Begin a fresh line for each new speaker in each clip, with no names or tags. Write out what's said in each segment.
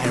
And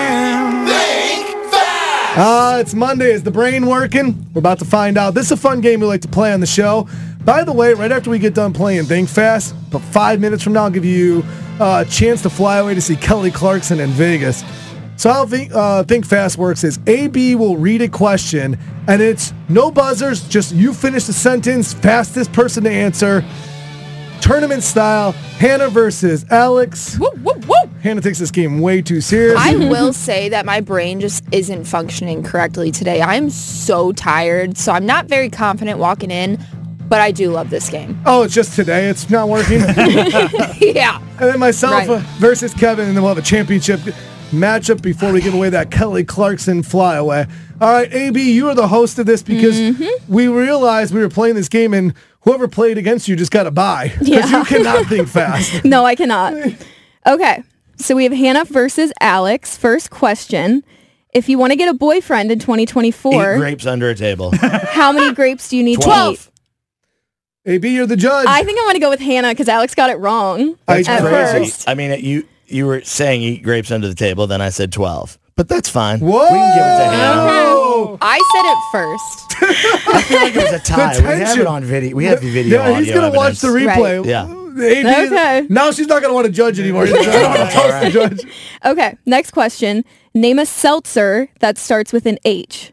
Ah, it's Monday. Is the brain working? We're about to find out. This is a fun game we like to play on the show. By the way, right after we get done playing Think Fast, but five minutes from now, I'll give you uh, a chance to fly away to see Kelly Clarkson in Vegas. So how think, uh, think Fast works is AB will read a question, and it's no buzzers, just you finish the sentence, fastest person to answer. Tournament style, Hannah versus Alex.
Woo, woo, woo!
Hannah takes this game way too serious.
I will say that my brain just isn't functioning correctly today. I'm so tired, so I'm not very confident walking in, but I do love this game.
oh, it's just today. It's not working.
yeah.
And then myself
Right.
uh versus Kevin, and then we'll have a championship matchup before we give away that Kelly Clarkson flyaway. All right, AB, you are the host of this because
Mm-hmm.
we realized we were playing this game, and whoever played against you just got a bye because you cannot think fast.
No, I cannot. Okay. So we have Hannah versus Alex. First question. If you want to get a boyfriend in 2024,
Eat grapes under a table.
how many grapes do you need to eat?
AB, you're the judge.
I think I'm going to go with Hannah because Alex got it wrong
That's
at
crazy.
first.
I mean, you you were saying eat grapes under the table, then I said twelve, but that's fine.
Whoa!
We can give it to Hannah.
Oh.
I said it first.
I feel like it was a tie. We have
tension.
it on video. We have the video.
Yeah, he's
audio
gonna watch the
evidence.
replay.
Right.
Yeah.
AB,
Okay.
Now she's not gonna want to judge anymore. She's not gonna trust the judge.
Okay. Next question. Name a seltzer that starts with an H.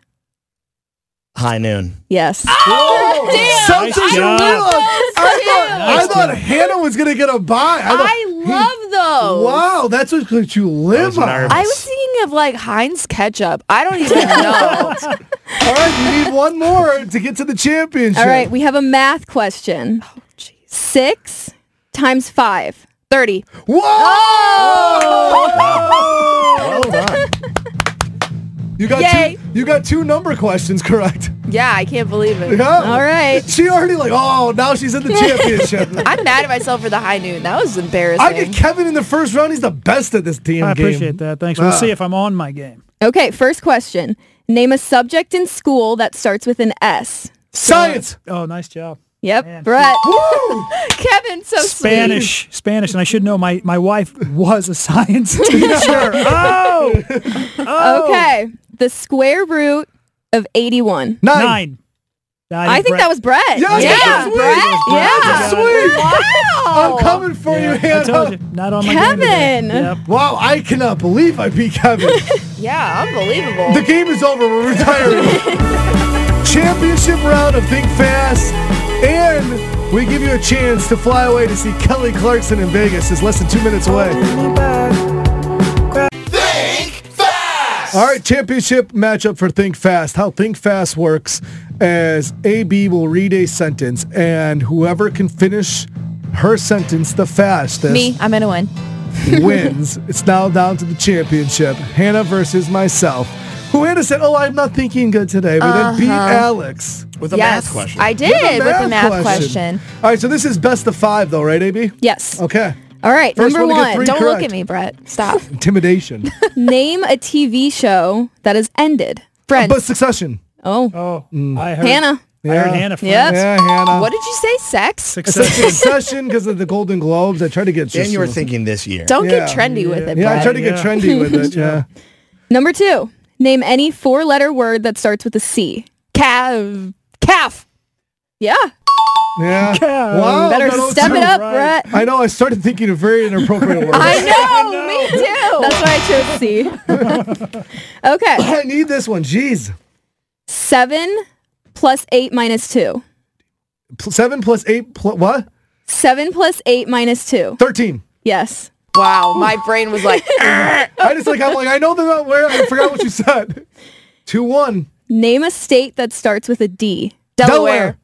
High noon.
Yes.
Something
Nice
you
job.
realized. I thought, I
Nice
thought Hannah was gonna get a bye. I, thought,
I love those.
Wow, that's what could you live
That was
on.
nervous.
I was thinking of like Heinz ketchup. I don't even know.
All right, you need one more to get to the championship.
All right. We have a math question. Oh, jeez. Six times five. 30.
Whoa!
Oh!
Well done.
You got
Yay.
two. You got two number questions correct.
yeah, I can't believe it.
Yeah.
All right.
She already like, oh, now she's in the championship.
I'm mad at myself for the high noon. That was embarrassing.
I get Kevin in the first round. He's the best at this damn
I
game.
appreciate that. Thanks. We'll
Ah.
see if I'm on my game.
Okay, first question. Name a subject in school that starts with an S.
Science.
Oh, nice job.
Yep,
Man.
Brett.
Woo!
Kevin, so sweet.
Spanish, Spanish, and I should know my my wife was a science teacher. oh, oh,
Okay, the square root of 81.
Nine.
nine. Nine
I think
Brett.
that was Brett.
Yes,
yeah,
that's sweet.
Brett.
That's
Yeah.
sweet.
Wow.
I'm coming for
Yeah,
you,
I told
Hannah.
you, not on my game today.
Kevin!
Yep.
Wow, I cannot believe I beat Kevin.
yeah, unbelievable.
The game is over. We're retiring. Championship round of Think Fast. And we give you a chance to fly away to see Kelly Clarkson in Vegas. It's less than two minutes away.
Oh.
Think Fast! All right, championship matchup for Think Fast. How Think Fast works as AB will read a sentence, and whoever can finish her sentence the fastest
Me, I'm gonna win.
wins. It's now down to the championship. Hannah versus myself. Who Hannah said, "Oh, I'm not thinking good today," but then beat Alex.
With a
Uh-huh. yes,
math question.
I did with the math question.
All right, so this is best of five, though, right, AB?
Yes.
Okay.
All right,
First
number
one to get
one.
three
Don't
Don't look
Correct.
at me, Brett. Stop.
Intimidation.
name a TV show that has ended. Brett.
but succession. Mm.
oh,
Oh, I heard
Hannah.
I heard
Yeah.
Hannah. From
Yep.
Yeah, Hannah.
what did you say? Sex?
It's a
Success.
succession because of the Golden Globes. I tried to get.
And
just-
you were thinking this year.
Don't get
Yeah.
trendy with it,
Yeah, I
Brett.
tried to get
Yeah.
trendy with it. Yeah.
Number two. Name any four-letter word that starts with a C.
Calf. Calf.
Yeah.
Yeah.
You better
that's
step it
so
up,
right.
Brett.
I know. I started thinking of very inappropriate words.
I know, me too. That's why I chose C. okay.
I need this one. Jeez.
Seven plus eight minus two.
Pl- seven plus eight plus what?
Seven plus eight minus two.
Thirteen.
Yes.
Wow, my brain was like,
I just like I'm like I know they're not where I forgot what you said. Two one.
Name a state that starts with a D.
Delaware.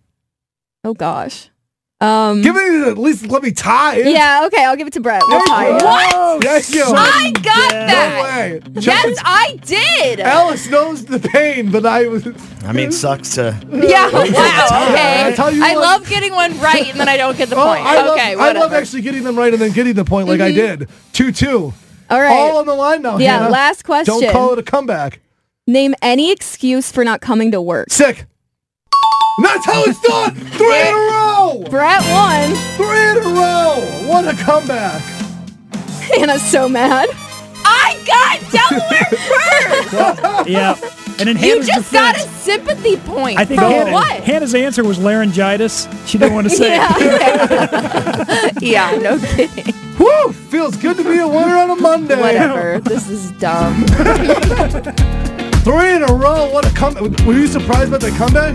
Oh gosh. Um.
Give me at least let me tie. it.
Yeah. Okay. I'll give it to Brett. We'll
There
tie
you
it.
go. Yes, you.
I got that.
No way.
Yes, I did.
Alice knows the pain, but I was.
I mean, sucks to.
yeah, wow,
I
okay.
tell you
I
what.
love getting one right and then I don't get the
Oh,
point.
I love,
okay,
I love
whatever.
actually getting them right and then getting the point like I
Mm-hmm.
did. Two two.
All right.
All on the line now.
Yeah,
Hannah.
last question.
Don't call it a comeback.
Name any excuse for not coming to work.
Sick. And that's how it's done. Three in a row.
Brett won.
Three in a row. What a comeback.
Hannah's so mad.
I got Delaware first.
yeah. And in
you
Hannah's
just got a
defense,
sympathy point.
I think
for
Hannah,
what?
Hannah's answer was laryngitis. She didn't want to say it.
yeah, no kidding.
Woo! Feels good to be a winner on a Monday.
Whatever. This is dumb.
Three in a row. What a comeback. Were you surprised by the comeback?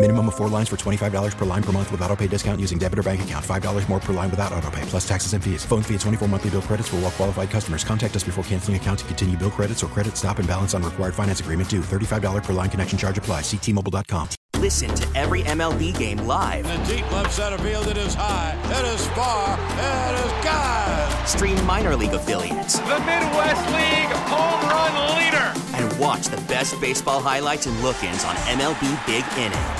Minimum of four lines for $25 per line per month with auto pay discount using debit or bank account. $5 more per line without auto pay, plus taxes and fees. Phone fee at 24 monthly bill credits for all qualified customers. Contact us before canceling account to continue bill credits or credit stop and balance on required finance agreement due. $35 per line connection charge apply. Ctmobile.com.
Listen to every MLB game live.
The deep left center field, it is high, it is far, it is God.
Stream minor league affiliates
The Midwest League home run leader.
and watch the best baseball highlights and look-ins on MLB Big Inning.